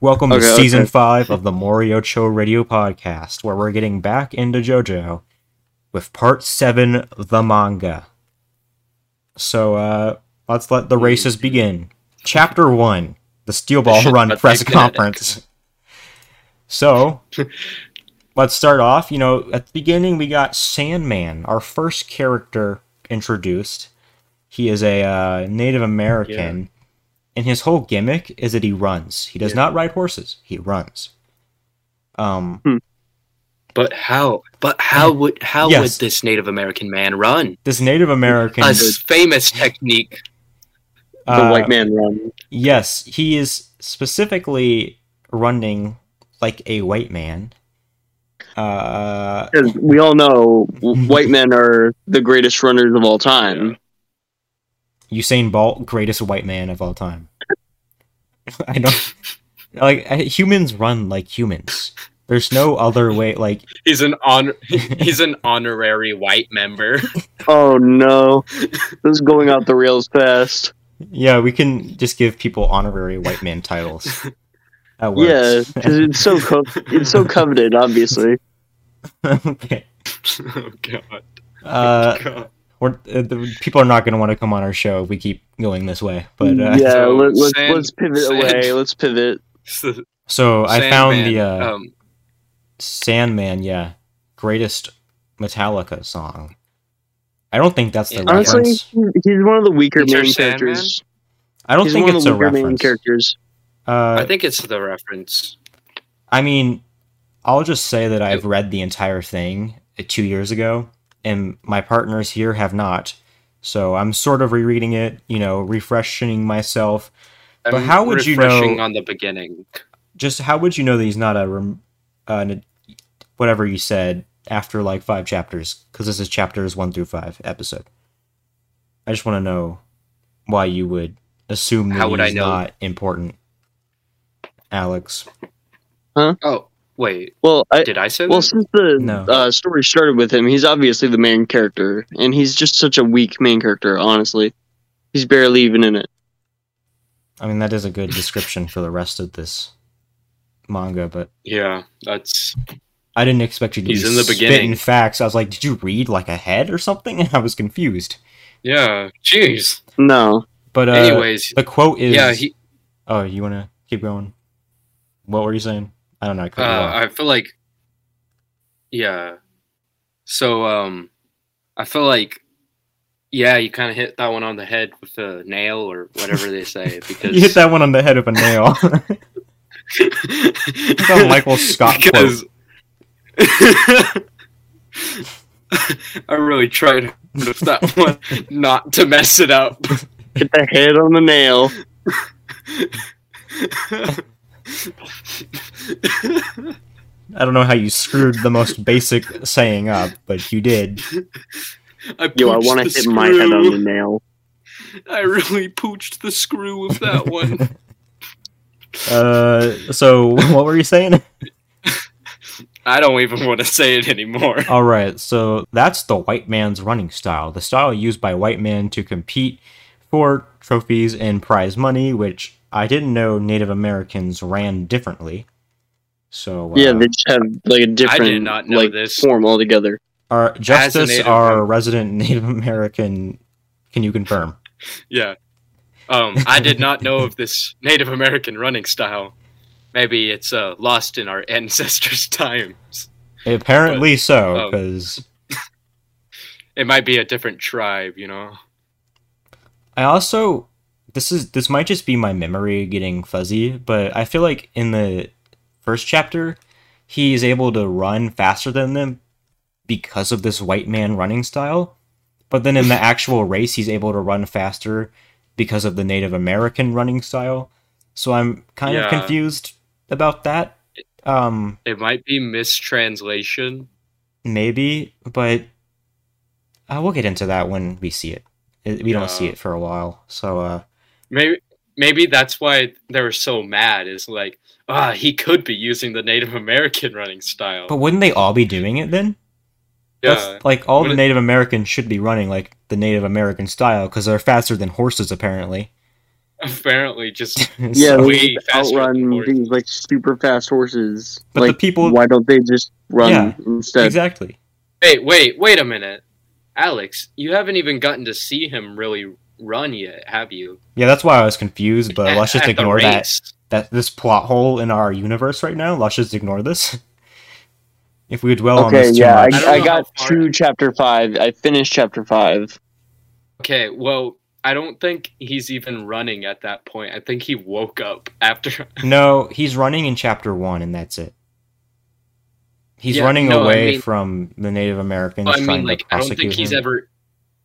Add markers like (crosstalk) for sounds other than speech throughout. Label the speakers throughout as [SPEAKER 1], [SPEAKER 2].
[SPEAKER 1] Welcome to
[SPEAKER 2] Okay,
[SPEAKER 1] season
[SPEAKER 2] okay.
[SPEAKER 1] five of the Moriocho Radio Podcast, where we're getting back into JoJo with part seven, the manga. So uh, let's let the races begin. Chapter one: the Steel
[SPEAKER 2] (laughs)
[SPEAKER 1] Ball
[SPEAKER 2] should
[SPEAKER 1] Run
[SPEAKER 2] not
[SPEAKER 1] press
[SPEAKER 2] take that.
[SPEAKER 1] conference.
[SPEAKER 2] (laughs)
[SPEAKER 1] So let's start off. You know, at the beginning we got Sandman, our first character introduced. He is a uh, Native American, and his whole gimmick is that he runs. He does
[SPEAKER 2] Yeah.
[SPEAKER 1] not ride horses. He runs. Um,
[SPEAKER 3] But how? But how would how
[SPEAKER 1] Mm. Yes.
[SPEAKER 3] would this Native American man run?
[SPEAKER 1] this Native American,
[SPEAKER 3] A s- famous technique.
[SPEAKER 2] the
[SPEAKER 1] uh,
[SPEAKER 2] white man run.
[SPEAKER 1] yes, he is specifically running like a white man. Uh,
[SPEAKER 2] Because we all know
[SPEAKER 1] (laughs)
[SPEAKER 2] w- white men are the greatest runners of all time.
[SPEAKER 1] Usain Bolt, greatest white man of all time. (laughs) I don't like I- humans run like humans. There's no other way. Like
[SPEAKER 3] He's an honor.
[SPEAKER 1] (laughs)
[SPEAKER 3] He's an honorary white member.
[SPEAKER 2] Oh no, this is going off the rails fast.
[SPEAKER 1] Yeah, we can just give people honorary white man titles. That
[SPEAKER 2] Yeah,
[SPEAKER 1] works.
[SPEAKER 2] 'cause it's so co- it's so coveted, obviously.
[SPEAKER 1] (laughs) okay.
[SPEAKER 3] (laughs) oh God.
[SPEAKER 1] Uh,
[SPEAKER 3] God.
[SPEAKER 1] we're, uh, the, people are not going to want to come on our show if we keep going this way. (laughs) But uh,
[SPEAKER 2] yeah,
[SPEAKER 3] so
[SPEAKER 2] let, let's
[SPEAKER 3] sand-
[SPEAKER 2] let's pivot
[SPEAKER 3] sand-
[SPEAKER 2] away. Let's pivot.
[SPEAKER 3] So,
[SPEAKER 1] so I found the
[SPEAKER 3] Sandman,
[SPEAKER 1] uh,
[SPEAKER 3] um,
[SPEAKER 1] Sandman, yeah, greatest Metallica song. I don't think that's the
[SPEAKER 3] Yeah.
[SPEAKER 2] Honestly,
[SPEAKER 1] reference.
[SPEAKER 2] he's one of the weaker
[SPEAKER 3] Peter
[SPEAKER 2] main
[SPEAKER 3] Sandman?
[SPEAKER 2] characters.
[SPEAKER 1] I don't
[SPEAKER 2] He's
[SPEAKER 1] think
[SPEAKER 2] one of
[SPEAKER 1] it's
[SPEAKER 2] the
[SPEAKER 1] a
[SPEAKER 2] weaker main
[SPEAKER 1] reference.
[SPEAKER 2] characters.
[SPEAKER 1] Uh,
[SPEAKER 3] I think it's the reference.
[SPEAKER 1] I mean, I'll just say that I've read the entire thing uh, two years ago, and my partners here have not. So I'm sort of rereading it, you know, refreshing myself. But
[SPEAKER 3] I'm
[SPEAKER 1] how would you know-
[SPEAKER 3] refreshing on the beginning?
[SPEAKER 1] Just how would you know that he's not a, rem- uh, an- whatever you said after like five chapters? Because this is chapters one through five episode. I just want to know why you would assume that
[SPEAKER 3] How would I
[SPEAKER 1] he's
[SPEAKER 3] know?
[SPEAKER 1] not important, Alex.
[SPEAKER 3] Oh wait,
[SPEAKER 2] Well, I,
[SPEAKER 3] did I say
[SPEAKER 2] well
[SPEAKER 3] that?
[SPEAKER 2] since the
[SPEAKER 1] No.
[SPEAKER 2] uh, story started with him, he's obviously the main character, and he's just such a weak main character. Honestly, he's barely even in it.
[SPEAKER 1] I mean, that is a good description for the rest of this manga, but
[SPEAKER 3] Yeah, that's
[SPEAKER 1] I didn't expect you to
[SPEAKER 3] He's
[SPEAKER 1] be
[SPEAKER 3] in the
[SPEAKER 1] spitting
[SPEAKER 3] beginning.
[SPEAKER 1] facts. I was like, did you read like ahead or something? (laughs) I was confused.
[SPEAKER 3] yeah. Jeez.
[SPEAKER 2] No,
[SPEAKER 1] But uh,
[SPEAKER 3] Anyways,
[SPEAKER 1] the quote is.
[SPEAKER 3] yeah. He,
[SPEAKER 1] oh, you want to keep going? What were you saying? I don't know. I cut you
[SPEAKER 3] uh,
[SPEAKER 1] off.
[SPEAKER 3] I feel like, yeah. So, um, I feel like, yeah, you kind of hit that one on the head with a nail or whatever
[SPEAKER 1] (laughs)
[SPEAKER 3] they say because
[SPEAKER 1] you hit
[SPEAKER 3] (laughs)
[SPEAKER 1] that one on the head with a nail. (laughs) a Michael Scott quote.
[SPEAKER 3] (laughs) I really tried
[SPEAKER 1] (laughs)
[SPEAKER 3] with that one not to mess it up. (laughs)
[SPEAKER 2] hit the head on the nail.
[SPEAKER 1] I don't know how you screwed the most basic saying up, but you did.
[SPEAKER 3] I
[SPEAKER 2] Yo, I
[SPEAKER 3] (laughs) pooched
[SPEAKER 2] want to
[SPEAKER 3] the
[SPEAKER 2] hit my head on
[SPEAKER 3] screw.
[SPEAKER 2] the nail.
[SPEAKER 3] I really pooched the screw with that one.
[SPEAKER 1] Uh, so (laughs) what were you saying?
[SPEAKER 3] I don't even (laughs) want to say it anymore. (laughs)
[SPEAKER 1] All right, so that's the white man's running style, the style used by white men to compete for trophies and prize money, which I didn't know Native Americans ran differently. So, uh,
[SPEAKER 2] Yeah, they just have like a different
[SPEAKER 3] did not know
[SPEAKER 2] like
[SPEAKER 3] this.
[SPEAKER 2] form altogether.
[SPEAKER 1] our Justice,
[SPEAKER 3] Native-
[SPEAKER 1] our resident Native American, can you confirm?
[SPEAKER 3] Yeah. Um, I did not know of this Native American running style. Maybe it's uh, lost in our (laughs) ancestors' times.
[SPEAKER 1] Apparently so,
[SPEAKER 3] um,
[SPEAKER 1] because
[SPEAKER 3] It might be a different tribe, you know.
[SPEAKER 1] I also this is this might just be my memory getting fuzzy, but I feel like in the first chapter he is able to run faster than them because of this white man running style. But then
[SPEAKER 3] (laughs)
[SPEAKER 1] in the actual race he's able to run faster because of the Native American running style. So I'm kind of
[SPEAKER 3] Yeah.
[SPEAKER 1] confused about that. Um
[SPEAKER 3] It might be mistranslation.
[SPEAKER 1] maybe, but uh, we'll get into that when we see it. Uh, We
[SPEAKER 3] Yeah.
[SPEAKER 1] don't see it for a while. So uh
[SPEAKER 3] Maybe maybe that's why they were so mad. Is like, ah, he could be using the Native American running style.
[SPEAKER 1] But wouldn't they all be doing it then?
[SPEAKER 3] yeah,
[SPEAKER 1] That's, like all the
[SPEAKER 3] Wouldn't-
[SPEAKER 1] Native Americans should be running like the Native American style because they're faster than horses apparently.
[SPEAKER 3] (laughs)
[SPEAKER 1] (laughs)
[SPEAKER 3] apparently just
[SPEAKER 2] Yeah,
[SPEAKER 1] So-
[SPEAKER 2] they
[SPEAKER 3] we- way
[SPEAKER 2] just
[SPEAKER 3] faster than
[SPEAKER 2] outrun
[SPEAKER 3] horses.
[SPEAKER 2] these like super fast horses.
[SPEAKER 1] But the
[SPEAKER 2] like,
[SPEAKER 1] people-
[SPEAKER 2] why don't they just run
[SPEAKER 1] Yeah,
[SPEAKER 2] instead?
[SPEAKER 1] exactly.
[SPEAKER 3] wait, wait, wait a minute, Alex. You haven't even gotten to see him really run yet, have you?
[SPEAKER 1] Yeah, that's why I was confused. But
[SPEAKER 3] At-
[SPEAKER 1] let's just
[SPEAKER 3] (laughs) at the
[SPEAKER 1] ignore that
[SPEAKER 3] race.
[SPEAKER 1] that this plot hole in our universe right now. Let's just ignore this. (laughs) if we dwell
[SPEAKER 3] Oh,
[SPEAKER 1] on
[SPEAKER 2] Okay,
[SPEAKER 1] this too
[SPEAKER 2] yeah,
[SPEAKER 1] much,
[SPEAKER 3] don't
[SPEAKER 2] I, I
[SPEAKER 3] know
[SPEAKER 2] got
[SPEAKER 3] how far-
[SPEAKER 2] through chapter five. I finished chapter five.
[SPEAKER 3] Okay, well, I don't think he's even running at that point. I think he woke up after.
[SPEAKER 1] no, he's running in chapter one, and that's it. He's
[SPEAKER 3] Yeah,
[SPEAKER 1] running
[SPEAKER 3] no, I
[SPEAKER 1] away
[SPEAKER 3] mean-
[SPEAKER 1] from the Native Americans
[SPEAKER 3] (laughs) I
[SPEAKER 1] trying
[SPEAKER 3] mean, like,
[SPEAKER 1] to
[SPEAKER 3] I
[SPEAKER 1] prosecute
[SPEAKER 3] don't think he's
[SPEAKER 1] him.
[SPEAKER 3] ever.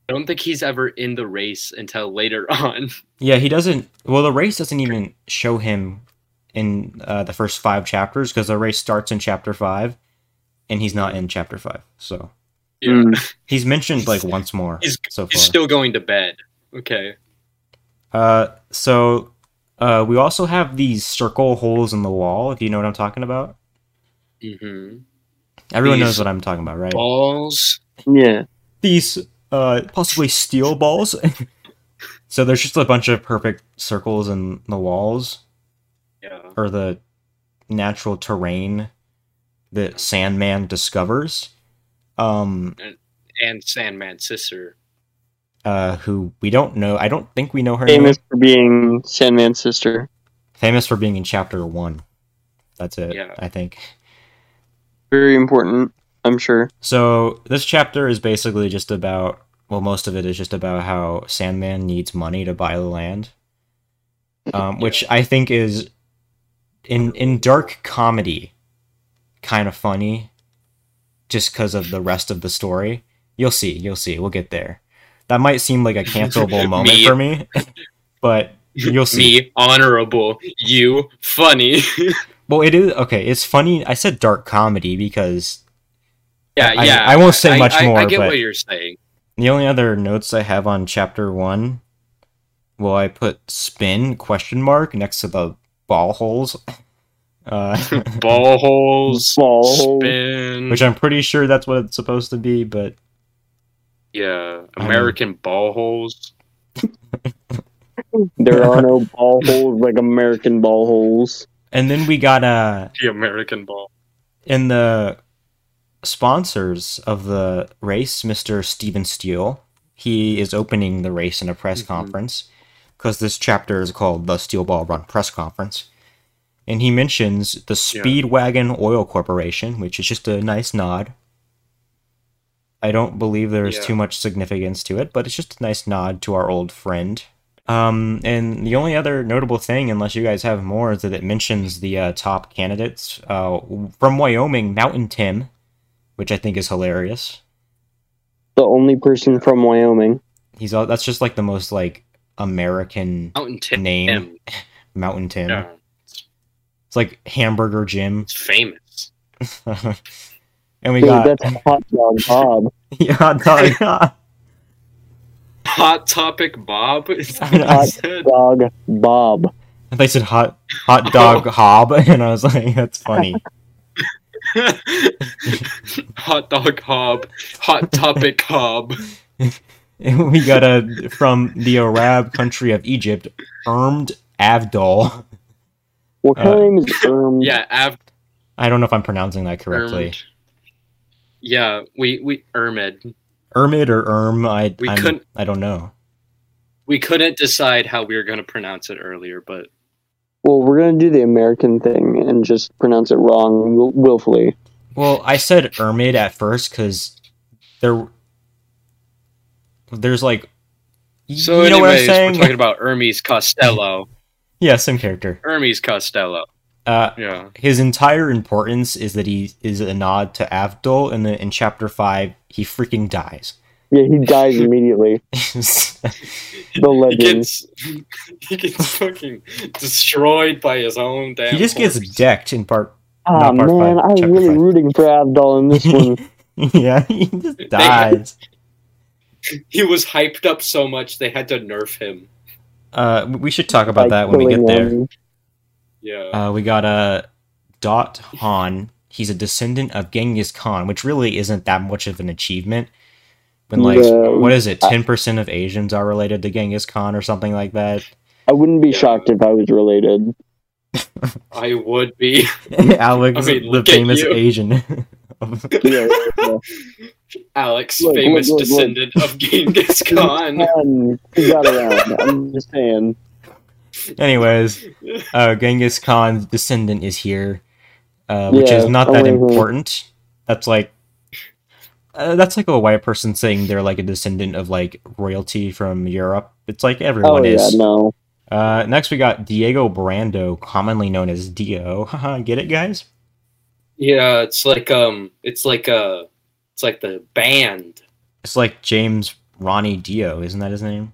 [SPEAKER 3] I don't think he's ever in the race until later (laughs) on.
[SPEAKER 1] Yeah, he doesn't. Well, the race doesn't even show him in uh, the first five chapters because the race starts in chapter five, and he's not in chapter five. So
[SPEAKER 3] Yeah.
[SPEAKER 2] Mm.
[SPEAKER 1] he's mentioned like once more
[SPEAKER 3] He's-
[SPEAKER 1] so far.
[SPEAKER 3] He's still going to bed. Okay.
[SPEAKER 1] uh, so uh, we also have these circle holes in the wall. If you know what I'm talking about,
[SPEAKER 3] hmm
[SPEAKER 1] everyone
[SPEAKER 3] These
[SPEAKER 1] knows what I'm talking about, right?
[SPEAKER 3] Balls.
[SPEAKER 2] Yeah,
[SPEAKER 1] These uh, possibly steel balls. (laughs) so there's just a bunch of perfect circles in the walls.
[SPEAKER 3] Yeah.
[SPEAKER 1] or the natural terrain that Sandman discovers, um,
[SPEAKER 3] And Sandman's sister.
[SPEAKER 1] uh, who we don't know. I don't think we know her
[SPEAKER 2] famous
[SPEAKER 1] name.
[SPEAKER 2] for being Sandman's sister.
[SPEAKER 1] Famous for being in chapter one. That's it.
[SPEAKER 3] Yeah.
[SPEAKER 1] I think.
[SPEAKER 2] Very important, I'm sure.
[SPEAKER 1] So this chapter is basically just about. Well, most of it is just about how Sandman needs money to buy the land,
[SPEAKER 3] (laughs)
[SPEAKER 1] um, which I think is in in dark comedy, kind of funny, just because of the rest of the story. You'll see. You'll see. We'll get there. That might seem like a cancelable moment
[SPEAKER 3] (laughs) Me.
[SPEAKER 1] for me, but
[SPEAKER 3] (laughs)
[SPEAKER 1] you'll see.
[SPEAKER 3] Me, honorable. You, funny. (laughs)
[SPEAKER 1] Well, it is okay. It's funny. I said dark comedy because
[SPEAKER 3] yeah,
[SPEAKER 1] I-
[SPEAKER 3] yeah.
[SPEAKER 1] I won't say much
[SPEAKER 3] I, I
[SPEAKER 1] more,
[SPEAKER 3] get
[SPEAKER 1] but-
[SPEAKER 3] what
[SPEAKER 1] (laughs)
[SPEAKER 3] you're saying.
[SPEAKER 1] The only other notes I have on chapter one, well, I put spin question mark next to the ball holes, (laughs) uh,
[SPEAKER 3] (laughs) Ball holes.
[SPEAKER 2] Small
[SPEAKER 3] Spin.
[SPEAKER 1] which I'm pretty sure that's what it's supposed to be. But
[SPEAKER 3] yeah.
[SPEAKER 1] I mean-
[SPEAKER 3] American ball holes.
[SPEAKER 2] There are no ball holes like American ball holes.
[SPEAKER 1] and then we got uh
[SPEAKER 3] The American ball.
[SPEAKER 1] in the sponsors of the race, Mr. Steven Steele. He is opening the race in a press
[SPEAKER 3] Mhm.
[SPEAKER 1] conference because this chapter is called the Steel Ball Run Press Conference. And he mentions the
[SPEAKER 3] Yeah.
[SPEAKER 1] Speedwagon Oil Corporation, which is just a nice nod. I don't believe there's
[SPEAKER 3] Yeah.
[SPEAKER 1] too much significance to it, but it's just a nice nod to our old friend. Um, and the only other notable thing, unless you guys have more, is that it mentions the uh, top candidates uh, from Wyoming, Mountain Tim, which I think is hilarious.
[SPEAKER 2] The only person from Wyoming.
[SPEAKER 1] He's all, that's just like the most like American
[SPEAKER 3] Mountain Tim.
[SPEAKER 1] name, Mountain Tim.
[SPEAKER 3] Yeah.
[SPEAKER 1] It's like Hamburger Jim, (laughs)
[SPEAKER 3] It's famous.
[SPEAKER 1] and we
[SPEAKER 2] Dude,
[SPEAKER 1] got
[SPEAKER 2] that's hot dog Bob.
[SPEAKER 1] (laughs) yeah, hot dog.
[SPEAKER 3] Hot Topic Bob. Is that
[SPEAKER 1] I
[SPEAKER 3] what
[SPEAKER 1] know.
[SPEAKER 3] you said?
[SPEAKER 2] Dog Bob.
[SPEAKER 1] they said hot hot dog hob, (laughs) and I was like, that's funny.
[SPEAKER 3] (laughs) Hot Dog Hob. Hot Topic Hob.
[SPEAKER 1] And (laughs) we got a from the Arab country of Egypt, Ermed Avdol.
[SPEAKER 2] What kind
[SPEAKER 1] Uh,
[SPEAKER 2] of name is Erm?
[SPEAKER 3] Yeah, after.
[SPEAKER 1] I don't know if I'm pronouncing that correctly.
[SPEAKER 3] Ermed. Yeah, we we Ermed.
[SPEAKER 1] Ermid or Erm, I
[SPEAKER 3] We
[SPEAKER 1] I'm-
[SPEAKER 3] couldn't-
[SPEAKER 1] I don't know.
[SPEAKER 3] We couldn't decide how we were going to pronounce it earlier, but
[SPEAKER 2] Well, we're gonna do the American thing and just pronounce it wrong will- willfully.
[SPEAKER 1] Well, I said Ermid at first because there, there's like, y-
[SPEAKER 3] so
[SPEAKER 1] you know what I'm
[SPEAKER 3] anyways,
[SPEAKER 1] saying?
[SPEAKER 3] we're talking about Hermes Costello.
[SPEAKER 1] (laughs) yeah, same character.
[SPEAKER 3] Hermes Costello.
[SPEAKER 1] Uh,
[SPEAKER 3] Yeah.
[SPEAKER 1] his entire importance is that he is a nod to Avdol, and then in chapter five, he freaking dies. (laughs)
[SPEAKER 2] Yeah, he dies immediately. The
[SPEAKER 3] He
[SPEAKER 2] legend.
[SPEAKER 3] gets (laughs) he gets fucking destroyed by his own damn
[SPEAKER 1] he just gets
[SPEAKER 3] horse.
[SPEAKER 1] decked in part.
[SPEAKER 2] Ah
[SPEAKER 1] Not part
[SPEAKER 2] man,
[SPEAKER 1] five,
[SPEAKER 2] I was
[SPEAKER 1] chapter
[SPEAKER 2] really
[SPEAKER 1] five.
[SPEAKER 2] rooting for Abdal in
[SPEAKER 1] (laughs)
[SPEAKER 2] this one.
[SPEAKER 1] yeah, he just dies.
[SPEAKER 3] He was hyped up so much they had to nerf him.
[SPEAKER 1] Uh, we should talk
[SPEAKER 2] by
[SPEAKER 1] about that when we
[SPEAKER 2] killing
[SPEAKER 1] get there.
[SPEAKER 2] him.
[SPEAKER 3] Yeah.
[SPEAKER 1] Uh, we got uh, Dot Han. He's a descendant of Genghis Khan, which really isn't that much of an achievement. When like,
[SPEAKER 2] Yeah.
[SPEAKER 1] (laughs) what is it? Ten percent of Asians are related to Genghis Khan or something like that.
[SPEAKER 2] I I wouldn't be
[SPEAKER 3] Yeah.
[SPEAKER 2] shocked if I was related. (laughs)
[SPEAKER 3] I would be. (laughs)
[SPEAKER 1] Alex,
[SPEAKER 3] I mean,
[SPEAKER 1] the
[SPEAKER 3] look at
[SPEAKER 1] famous
[SPEAKER 3] you.
[SPEAKER 1] Asian. (laughs) of-
[SPEAKER 2] Yeah, yeah.
[SPEAKER 3] Alex,
[SPEAKER 2] Look, look,
[SPEAKER 3] famous
[SPEAKER 2] look, look.
[SPEAKER 3] descendant of Genghis
[SPEAKER 2] (laughs)
[SPEAKER 3] Khan.
[SPEAKER 2] Um, he got around. I'm just saying. (laughs)
[SPEAKER 1] Anyways, uh, Genghis Khan's descendant is here, uh, which is
[SPEAKER 2] Yeah,
[SPEAKER 1] not that
[SPEAKER 2] mhm.
[SPEAKER 1] important. That's like, uh, that's like a white person saying they're like a descendant of like royalty from Europe. It's like
[SPEAKER 2] Oh
[SPEAKER 1] everyone
[SPEAKER 2] yeah,
[SPEAKER 1] is.
[SPEAKER 2] no.
[SPEAKER 1] Uh, next, we got Diego Brando, commonly known as Dio. (laughs) Haha, Get it, guys?
[SPEAKER 3] Yeah, it's like um, it's like uh, it's like the band.
[SPEAKER 1] It's like James Ronnie Dio, isn't that his name?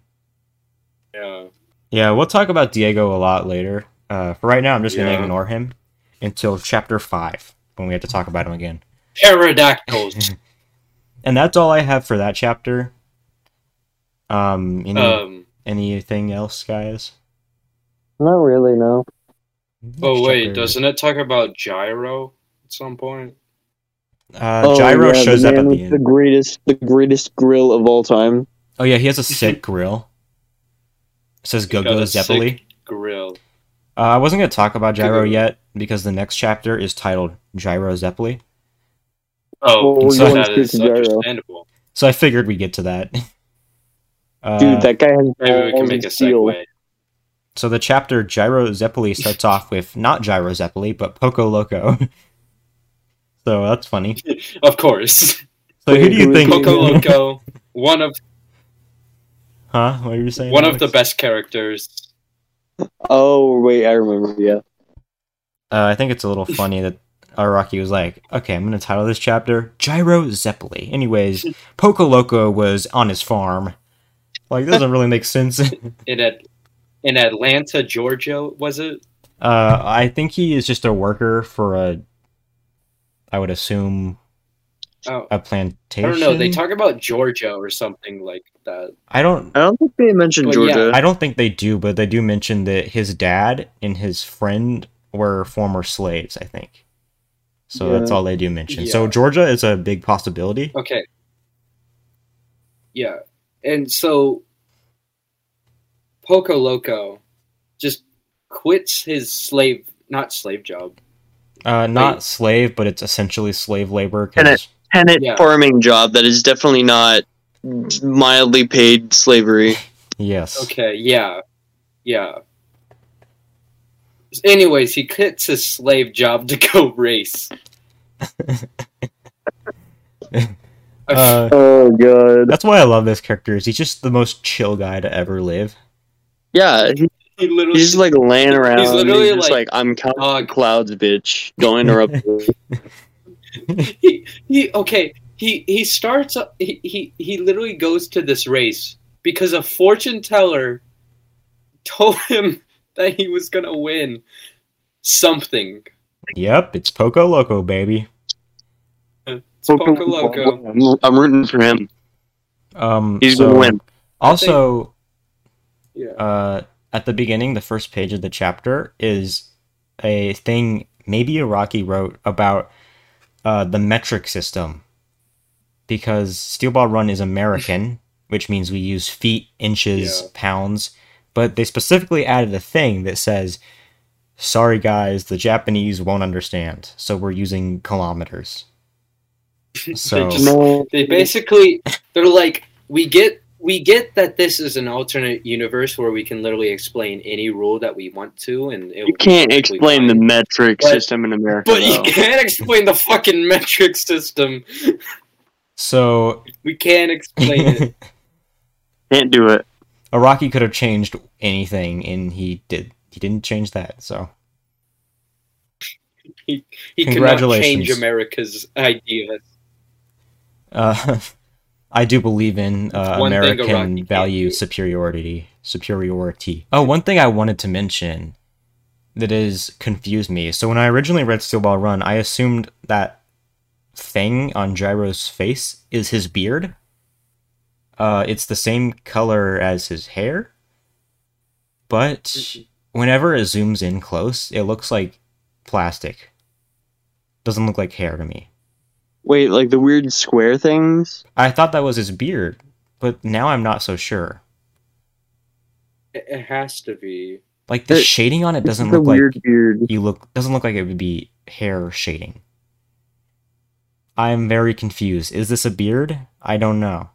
[SPEAKER 3] Yeah,
[SPEAKER 1] Yeah, we'll talk about Diego a lot later. Uh, for right now, I'm just
[SPEAKER 3] Yeah.
[SPEAKER 1] gonna ignore him until chapter five when we have to talk about him again. (laughs)
[SPEAKER 3] pterodactyls.
[SPEAKER 1] Mm-hmm. And that's all I have for that chapter. Um, any,
[SPEAKER 3] um.
[SPEAKER 1] anything else, guys?
[SPEAKER 2] Not really, no.
[SPEAKER 3] Oh
[SPEAKER 1] Next
[SPEAKER 3] wait,
[SPEAKER 1] chapter-
[SPEAKER 3] doesn't it talk about gyro at some point?
[SPEAKER 1] uh,
[SPEAKER 2] Oh,
[SPEAKER 1] Gyro
[SPEAKER 2] yeah, the
[SPEAKER 1] shows up at
[SPEAKER 2] man with
[SPEAKER 1] the end?
[SPEAKER 2] The greatest, the greatest grill of all time.
[SPEAKER 1] Oh yeah, he has a sick grill. It says Go Go
[SPEAKER 3] got a
[SPEAKER 1] Zeppeli.
[SPEAKER 3] sick Grill.
[SPEAKER 1] Uh, I wasn't gonna talk about Gyro
[SPEAKER 3] Grill.
[SPEAKER 1] yet because the next chapter is titled Gyro Zeppeli.
[SPEAKER 3] Oh,
[SPEAKER 2] Well,
[SPEAKER 1] we're
[SPEAKER 3] so
[SPEAKER 1] going
[SPEAKER 3] that
[SPEAKER 2] straight
[SPEAKER 3] is
[SPEAKER 2] to gyro.
[SPEAKER 3] understandable.
[SPEAKER 1] So I figured we'd get to that. (laughs) Uh,
[SPEAKER 2] Dude, that guy has
[SPEAKER 3] Maybe we can
[SPEAKER 2] balls
[SPEAKER 3] make
[SPEAKER 2] of
[SPEAKER 3] a
[SPEAKER 2] steel.
[SPEAKER 3] segue.
[SPEAKER 1] So the chapter Gyro Zeppeli starts off with not Gyro Zeppeli, but Poco Loco. (laughs) so that's funny.
[SPEAKER 3] Of course, (laughs)
[SPEAKER 1] So who do
[SPEAKER 2] Who
[SPEAKER 1] you
[SPEAKER 2] is
[SPEAKER 1] think?
[SPEAKER 3] Coco Loco, one of
[SPEAKER 1] Huh? What were you saying?
[SPEAKER 3] one of the
[SPEAKER 1] Alex?
[SPEAKER 3] best characters.
[SPEAKER 2] Oh wait, I remember. Yeah,
[SPEAKER 1] Uh, I think it's a little funny that Araki was like, "Okay, I'm gonna title this chapter Gyro Zeppeli." Anyways, Poco Loco was on his farm. Like, that doesn't really make sense. (laughs) uh,
[SPEAKER 3] in at in Atlanta, Georgia, was it?
[SPEAKER 1] Uh, I think he is just a worker for a, I would assume,
[SPEAKER 3] Oh,
[SPEAKER 1] a
[SPEAKER 3] I
[SPEAKER 1] plantation.
[SPEAKER 3] don't know. They talk about Georgia or something like that.
[SPEAKER 1] I don't.
[SPEAKER 2] I don't think they mentioned
[SPEAKER 3] Well, yeah,
[SPEAKER 2] Georgia.
[SPEAKER 1] I don't think they do, but they do mention that his dad and his friend were former slaves, I think. So that's
[SPEAKER 2] Yeah.
[SPEAKER 1] all they do mention. So
[SPEAKER 3] Yeah.
[SPEAKER 1] Georgia is a big possibility.
[SPEAKER 3] Okay. Yeah, and so Poco Loco just quits his slave, not slave job.
[SPEAKER 1] Uh, not slave, but it's essentially slave labor. 'cause-
[SPEAKER 2] And it- Tenant
[SPEAKER 3] Yeah.
[SPEAKER 2] farming job that is definitely not mildly paid slavery.
[SPEAKER 1] yes.
[SPEAKER 3] Okay, yeah, yeah. Anyways, he quits his slave job to go (laughs) race.
[SPEAKER 1] Uh,
[SPEAKER 2] Oh god.
[SPEAKER 1] that's why I love this character. Is he's just the most chill guy to ever live.
[SPEAKER 2] Yeah, he-
[SPEAKER 3] (laughs) he literally
[SPEAKER 2] he's just like laying around. He's
[SPEAKER 3] literally
[SPEAKER 2] literally just
[SPEAKER 3] like,
[SPEAKER 2] like, I'm counting (laughs)
[SPEAKER 3] dog.
[SPEAKER 2] clouds, bitch. Don't
[SPEAKER 3] (laughs)
[SPEAKER 2] interrupt. me."
[SPEAKER 3] he, he okay he he starts he, he he literally goes to this race because a fortune teller told (laughs) him that he was gonna win something
[SPEAKER 1] Yep, it's Poco Loco, baby.
[SPEAKER 3] it's Poco Loco.
[SPEAKER 2] I'm, I'm rooting for him.
[SPEAKER 1] Um,
[SPEAKER 2] He's
[SPEAKER 1] so-
[SPEAKER 2] gonna win.
[SPEAKER 1] Also,
[SPEAKER 3] yeah
[SPEAKER 1] uh, at the beginning, the first page of the chapter is a thing maybe Iraqi wrote about uh, the metric system because Steel Ball Run is
[SPEAKER 3] (laughs)
[SPEAKER 1] American, which means we use feet, inches,
[SPEAKER 3] Yeah.
[SPEAKER 1] pounds, but they specifically added a thing that says, "Sorry guys, the Japanese won't understand, so we're using
[SPEAKER 3] (laughs)
[SPEAKER 1] kilometers." So
[SPEAKER 3] just- they basically they're like we get we get that this is an alternate universe where we can literally explain any rule that we want to and it
[SPEAKER 2] you can't
[SPEAKER 3] perfectly
[SPEAKER 2] explain the
[SPEAKER 3] fine.
[SPEAKER 2] metric
[SPEAKER 3] But-
[SPEAKER 2] system in America.
[SPEAKER 3] but you (laughs)
[SPEAKER 2] though.
[SPEAKER 3] can't explain the fucking metric system
[SPEAKER 1] so
[SPEAKER 3] we can't explain it
[SPEAKER 2] can't do it.
[SPEAKER 1] Araki could have changed anything, and he did. He didn't change that. So
[SPEAKER 3] He cannot
[SPEAKER 1] Congratulations.
[SPEAKER 3] change America's ideas.
[SPEAKER 1] uh, (laughs) I do believe in uh,
[SPEAKER 3] one thing Araki
[SPEAKER 1] American
[SPEAKER 3] can't
[SPEAKER 1] value
[SPEAKER 3] do.
[SPEAKER 1] superiority. Superiority. Oh, one thing I wanted to mention that has confused me. So when I originally read Steel Ball Run, I assumed that thing on Gyro's face is his beard. Uh, it's the same color as his hair,
[SPEAKER 3] Mm-hmm.
[SPEAKER 1] but whenever it zooms in close, it looks like plastic. Doesn't look like hair to me.
[SPEAKER 2] Wait, like the weird square things?
[SPEAKER 1] I thought that was his beard, but now I'm not so sure.
[SPEAKER 3] It it has to be.
[SPEAKER 1] Like the
[SPEAKER 2] It-
[SPEAKER 1] shading on it doesn't look like
[SPEAKER 2] weird beard.
[SPEAKER 1] you look doesn't look like it would be hair shading. I'm very confused. Is this a beard? I don't know.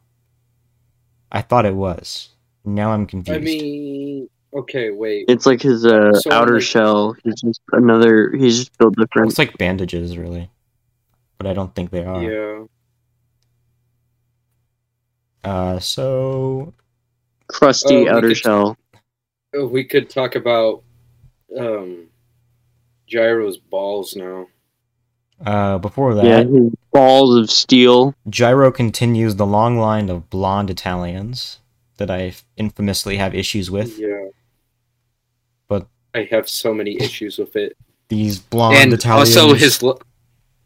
[SPEAKER 1] I thought it was. Now I'm confused.
[SPEAKER 3] I mean, okay, wait.
[SPEAKER 2] It's like his uh,
[SPEAKER 3] So,
[SPEAKER 2] outer
[SPEAKER 3] like-
[SPEAKER 2] shell. He's just another. He's just built different.
[SPEAKER 1] looks like bandages, really, but I don't think they are.
[SPEAKER 3] Yeah.
[SPEAKER 1] Uh, so
[SPEAKER 2] crusty
[SPEAKER 3] Oh, we
[SPEAKER 2] outer
[SPEAKER 3] could-
[SPEAKER 2] shell.
[SPEAKER 3] We could talk about um Gyro's balls now.
[SPEAKER 1] uh, before that,
[SPEAKER 2] Yeah, his balls of steel.
[SPEAKER 1] Gyro continues the long line of blonde Italians that I infamously have issues with.
[SPEAKER 3] Yeah.
[SPEAKER 1] But-
[SPEAKER 3] I have so many issues with it.
[SPEAKER 1] These blonde Italians.
[SPEAKER 3] also his lo-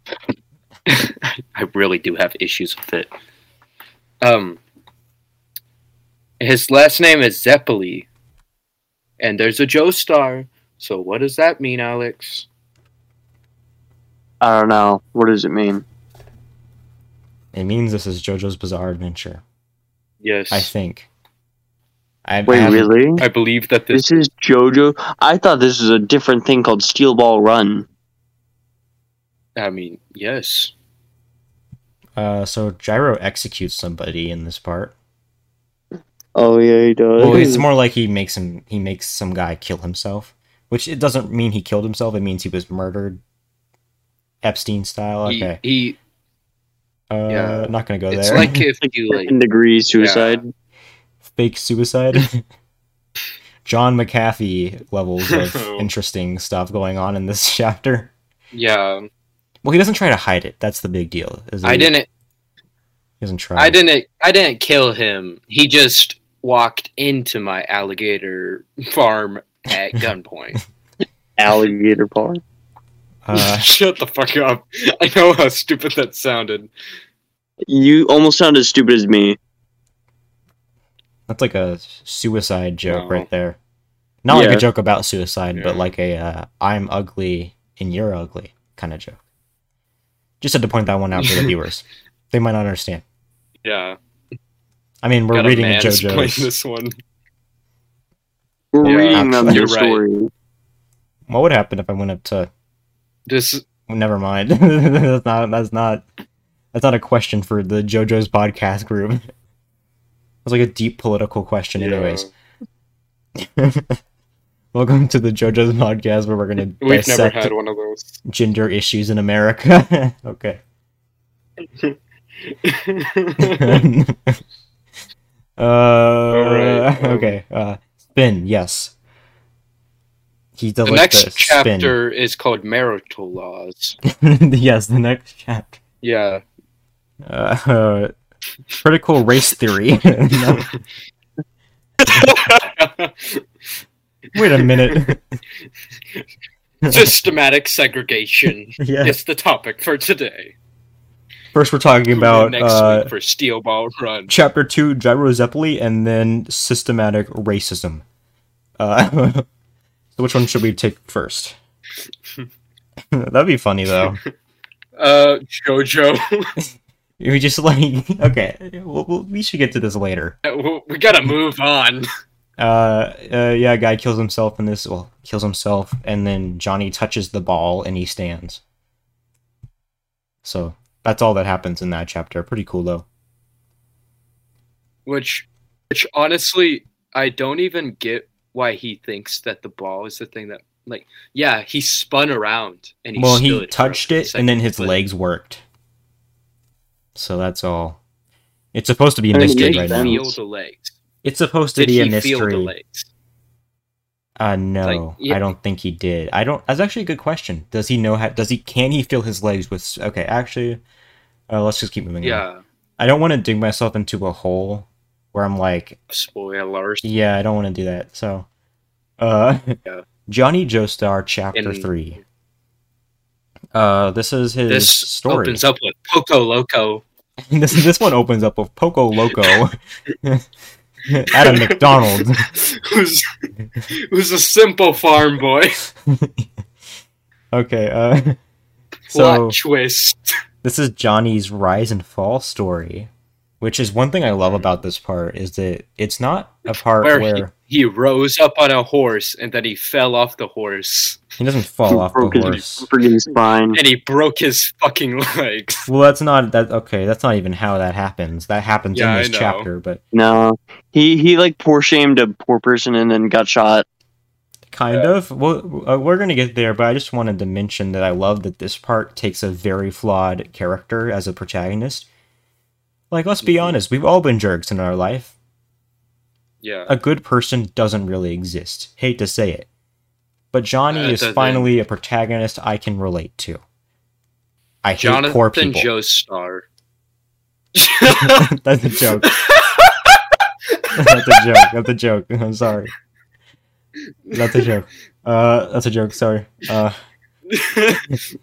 [SPEAKER 3] (laughs) I really do have issues with it. Um his last name is Zeppeli. And there's a Joe Star. So what does that mean, Alex?
[SPEAKER 2] I don't know. What does it mean?
[SPEAKER 1] It means this is JoJo's Bizarre Adventure.
[SPEAKER 3] Yes.
[SPEAKER 1] I think. I, I
[SPEAKER 2] Wait,
[SPEAKER 1] haven't-
[SPEAKER 2] really?
[SPEAKER 3] I believe that this
[SPEAKER 2] This is JoJo. I thought this was a different thing called Steel Ball Run.
[SPEAKER 3] I mean, yes.
[SPEAKER 1] Uh, so Gyro executes somebody in this part.
[SPEAKER 2] Oh yeah, he does.
[SPEAKER 1] Well, it's more like he makes him he makes some guy kill himself, which it doesn't mean he killed himself. It means he was murdered, Epstein style.
[SPEAKER 3] He-
[SPEAKER 1] Okay,
[SPEAKER 3] He,
[SPEAKER 1] uh,
[SPEAKER 3] yeah.
[SPEAKER 1] not gonna go
[SPEAKER 3] it's
[SPEAKER 1] there.
[SPEAKER 2] (laughs)
[SPEAKER 3] like if you like
[SPEAKER 2] Second degree suicide.
[SPEAKER 1] fake suicide. John McAfee levels
[SPEAKER 3] (laughs)
[SPEAKER 1] of
[SPEAKER 3] Oh.
[SPEAKER 1] interesting stuff going on in this (laughs) chapter.
[SPEAKER 3] yeah,
[SPEAKER 1] Well, he doesn't try to hide it. That's the big deal. is that
[SPEAKER 3] I
[SPEAKER 1] he-
[SPEAKER 3] didn't
[SPEAKER 1] He doesn't try.
[SPEAKER 3] I didn't I didn't kill him. He just walked into my alligator (laughs) farm
[SPEAKER 1] (laughs)
[SPEAKER 3] at gunpoint.
[SPEAKER 2] Alligator Park.
[SPEAKER 1] Uh,
[SPEAKER 3] (laughs) Shut the fuck up. I know how stupid that sounded.
[SPEAKER 2] You almost sound as stupid as me.
[SPEAKER 1] That's like a suicide joke
[SPEAKER 3] No.
[SPEAKER 1] right there. Not like
[SPEAKER 2] Yeah.
[SPEAKER 1] a joke about suicide, but
[SPEAKER 3] Yeah.
[SPEAKER 1] like a uh, I'm ugly and you're ugly kind of joke. Just had to point that one out for
[SPEAKER 3] (laughs)
[SPEAKER 1] the viewers. They might not understand.
[SPEAKER 3] Yeah.
[SPEAKER 1] I mean, we're
[SPEAKER 3] got a
[SPEAKER 1] reading a
[SPEAKER 3] man's playing
[SPEAKER 1] JoJo's.
[SPEAKER 3] (laughs) this one.
[SPEAKER 2] We're
[SPEAKER 3] Yeah,
[SPEAKER 2] reading them
[SPEAKER 3] you're
[SPEAKER 2] the
[SPEAKER 3] right.
[SPEAKER 2] story.
[SPEAKER 1] What would happen if I went up to?
[SPEAKER 3] This
[SPEAKER 1] Never mind. (laughs) that's not. That's not. That's not a question for the JoJo's podcast group. (laughs) It's like a deep political question, anyways. (laughs) Welcome to the JoJo's podcast, where we're gonna
[SPEAKER 3] Yeah. (laughs) We've never
[SPEAKER 1] dissect
[SPEAKER 3] had one of those. (laughs)
[SPEAKER 1] gender issues in America. (laughs) okay. uh,
[SPEAKER 3] Alright, um,
[SPEAKER 1] okay. Uh, spin. Yes. He does
[SPEAKER 3] the
[SPEAKER 1] like
[SPEAKER 3] next
[SPEAKER 1] the
[SPEAKER 3] chapter is called marital
[SPEAKER 1] (laughs)
[SPEAKER 3] laws.
[SPEAKER 1] Spin. (laughs) yes, the next chapter. (laughs)
[SPEAKER 3] Yeah.
[SPEAKER 1] Uh, uh, (laughs) critical race
[SPEAKER 3] (laughs)
[SPEAKER 1] theory. (laughs) No, wait a (laughs) minute.
[SPEAKER 3] Systematic segregation
[SPEAKER 1] (laughs) yeah.
[SPEAKER 3] is the topic for today.
[SPEAKER 1] First, we're talking about
[SPEAKER 3] next
[SPEAKER 1] uh,
[SPEAKER 3] week for Steel Ball Run.
[SPEAKER 1] chapter two, Gyro Zeppeli, and then systematic racism. Uh, (laughs) so which one should we take first? (laughs) That'd be funny
[SPEAKER 3] (laughs)
[SPEAKER 1] though.
[SPEAKER 3] Uh, JoJo. (laughs)
[SPEAKER 1] We just like (laughs) okay, well, well, we should get to this later.
[SPEAKER 3] Uh, we gotta move on.
[SPEAKER 1] Uh, uh, yeah, guy kills himself in this. Well, kills himself, and then Johnny touches the ball and he stands. So that's all that happens in that chapter. Pretty cool though.
[SPEAKER 3] Which, which honestly, I don't even get why he thinks that the ball is the thing that, like, yeah, he spun around and he
[SPEAKER 1] well,
[SPEAKER 3] stood
[SPEAKER 1] he
[SPEAKER 3] for
[SPEAKER 1] touched
[SPEAKER 3] a
[SPEAKER 1] it,
[SPEAKER 3] second,
[SPEAKER 1] and then his
[SPEAKER 3] but-
[SPEAKER 1] legs worked. So that's all. It's supposed to be a
[SPEAKER 2] I mean,
[SPEAKER 1] mystery
[SPEAKER 3] Did he
[SPEAKER 1] right
[SPEAKER 2] then-
[SPEAKER 1] now.
[SPEAKER 3] feel the legs?
[SPEAKER 1] It's supposed to
[SPEAKER 3] Did
[SPEAKER 1] be a
[SPEAKER 3] he feel the
[SPEAKER 1] mystery.
[SPEAKER 3] legs?
[SPEAKER 1] Uh, no,
[SPEAKER 3] Like, yeah.
[SPEAKER 1] I don't think he did. I don't. That's actually a good question. Does he know how? Does he? Can he feel his legs with? s- Okay, actually, uh, let's just keep moving. on.
[SPEAKER 3] Yeah.
[SPEAKER 1] I don't want to dig myself into a hole where I'm like,
[SPEAKER 3] Spoilers.
[SPEAKER 1] yeah, I don't want to do that. So, uh,
[SPEAKER 3] Yeah.
[SPEAKER 1] (laughs) Johnny Joestar, chapter
[SPEAKER 3] And-
[SPEAKER 1] three. Uh, this is his
[SPEAKER 3] This
[SPEAKER 1] story.
[SPEAKER 3] opens up with Poco Loco. (laughs)
[SPEAKER 1] (laughs) this this one opens up with Poco Loco (laughs) at a McDonald's. (laughs)
[SPEAKER 3] who's, who's a simple farm boy.
[SPEAKER 1] Okay, uh, (laughs)
[SPEAKER 3] Plot
[SPEAKER 1] so
[SPEAKER 3] twist.
[SPEAKER 1] this is Johnny's rise and fall story. which is one thing I love about this part is that it's not a part
[SPEAKER 3] Where
[SPEAKER 1] where,
[SPEAKER 3] he- (laughs) He rose up on a horse and then he fell off the horse
[SPEAKER 1] he doesn't fall off the
[SPEAKER 2] broke
[SPEAKER 1] horse.
[SPEAKER 2] his freaking spine.
[SPEAKER 3] and he broke his fucking legs.
[SPEAKER 1] Well, that's not that. Okay, that's not even how that happens. That happens in
[SPEAKER 3] Yeah, I
[SPEAKER 1] this
[SPEAKER 3] know.
[SPEAKER 1] chapter, but
[SPEAKER 2] No, he he like poor shamed a poor person and then got shot.
[SPEAKER 1] kind of. Well, uh, we're gonna get there, but I just wanted to mention that I love that this part takes a very flawed character as a protagonist. Like, let's be
[SPEAKER 3] Mhm.
[SPEAKER 1] honest, we've all been jerks in our life.
[SPEAKER 3] Yeah.
[SPEAKER 1] A good person doesn't really exist. Hate to say it, but Johnny
[SPEAKER 3] Uh, it
[SPEAKER 1] is
[SPEAKER 3] doesn't.
[SPEAKER 1] finally a protagonist I can relate to. I hate poor
[SPEAKER 3] Jonathan
[SPEAKER 1] people.
[SPEAKER 3] Joestar.
[SPEAKER 1] (laughs)
[SPEAKER 3] (laughs)
[SPEAKER 1] That's a joke. that's a joke. That's a joke. (laughs) I'm sorry. That's a joke. Uh, that's a joke. Sorry. Uh,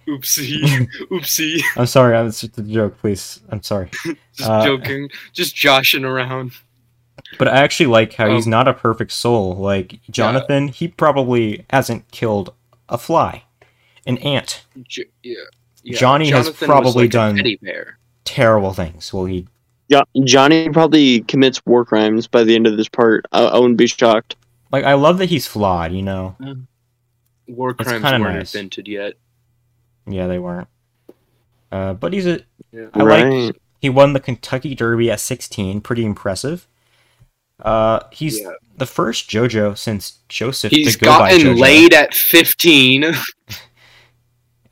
[SPEAKER 3] oopsie,
[SPEAKER 1] (laughs)
[SPEAKER 3] oopsie.
[SPEAKER 1] I'm sorry. I'm, it's just a joke. Please. I'm sorry.
[SPEAKER 3] Just
[SPEAKER 1] Uh,
[SPEAKER 3] joking, just joshing around.
[SPEAKER 1] But I actually like how he's
[SPEAKER 3] Um,
[SPEAKER 1] not a perfect soul. Like Jonathan, he probably hasn't killed a fly, an ant.
[SPEAKER 3] J- yeah, yeah.
[SPEAKER 1] Johnny has
[SPEAKER 3] Jonathan was
[SPEAKER 1] probably
[SPEAKER 3] like a
[SPEAKER 1] done-
[SPEAKER 3] Teddy bear.
[SPEAKER 1] Terrible things. Well, he
[SPEAKER 2] Jo- Johnny probably commits war crimes by the end of this part. I, I wouldn't be shocked.
[SPEAKER 1] like. I love that he's flawed. You know.
[SPEAKER 3] War
[SPEAKER 1] That's
[SPEAKER 3] crimes
[SPEAKER 1] kinda
[SPEAKER 3] weren't
[SPEAKER 1] nice.
[SPEAKER 3] invented yet.
[SPEAKER 1] Yeah, they weren't. Uh, but he's a
[SPEAKER 3] Yeah.
[SPEAKER 1] I like-
[SPEAKER 2] right?
[SPEAKER 1] He won the Kentucky Derby at 16. Pretty impressive. Uh, he's
[SPEAKER 3] Yeah.
[SPEAKER 1] the first JoJo since Joseph
[SPEAKER 3] He's
[SPEAKER 1] to go by
[SPEAKER 3] gotten
[SPEAKER 1] JoJo.
[SPEAKER 3] laid at fifteen.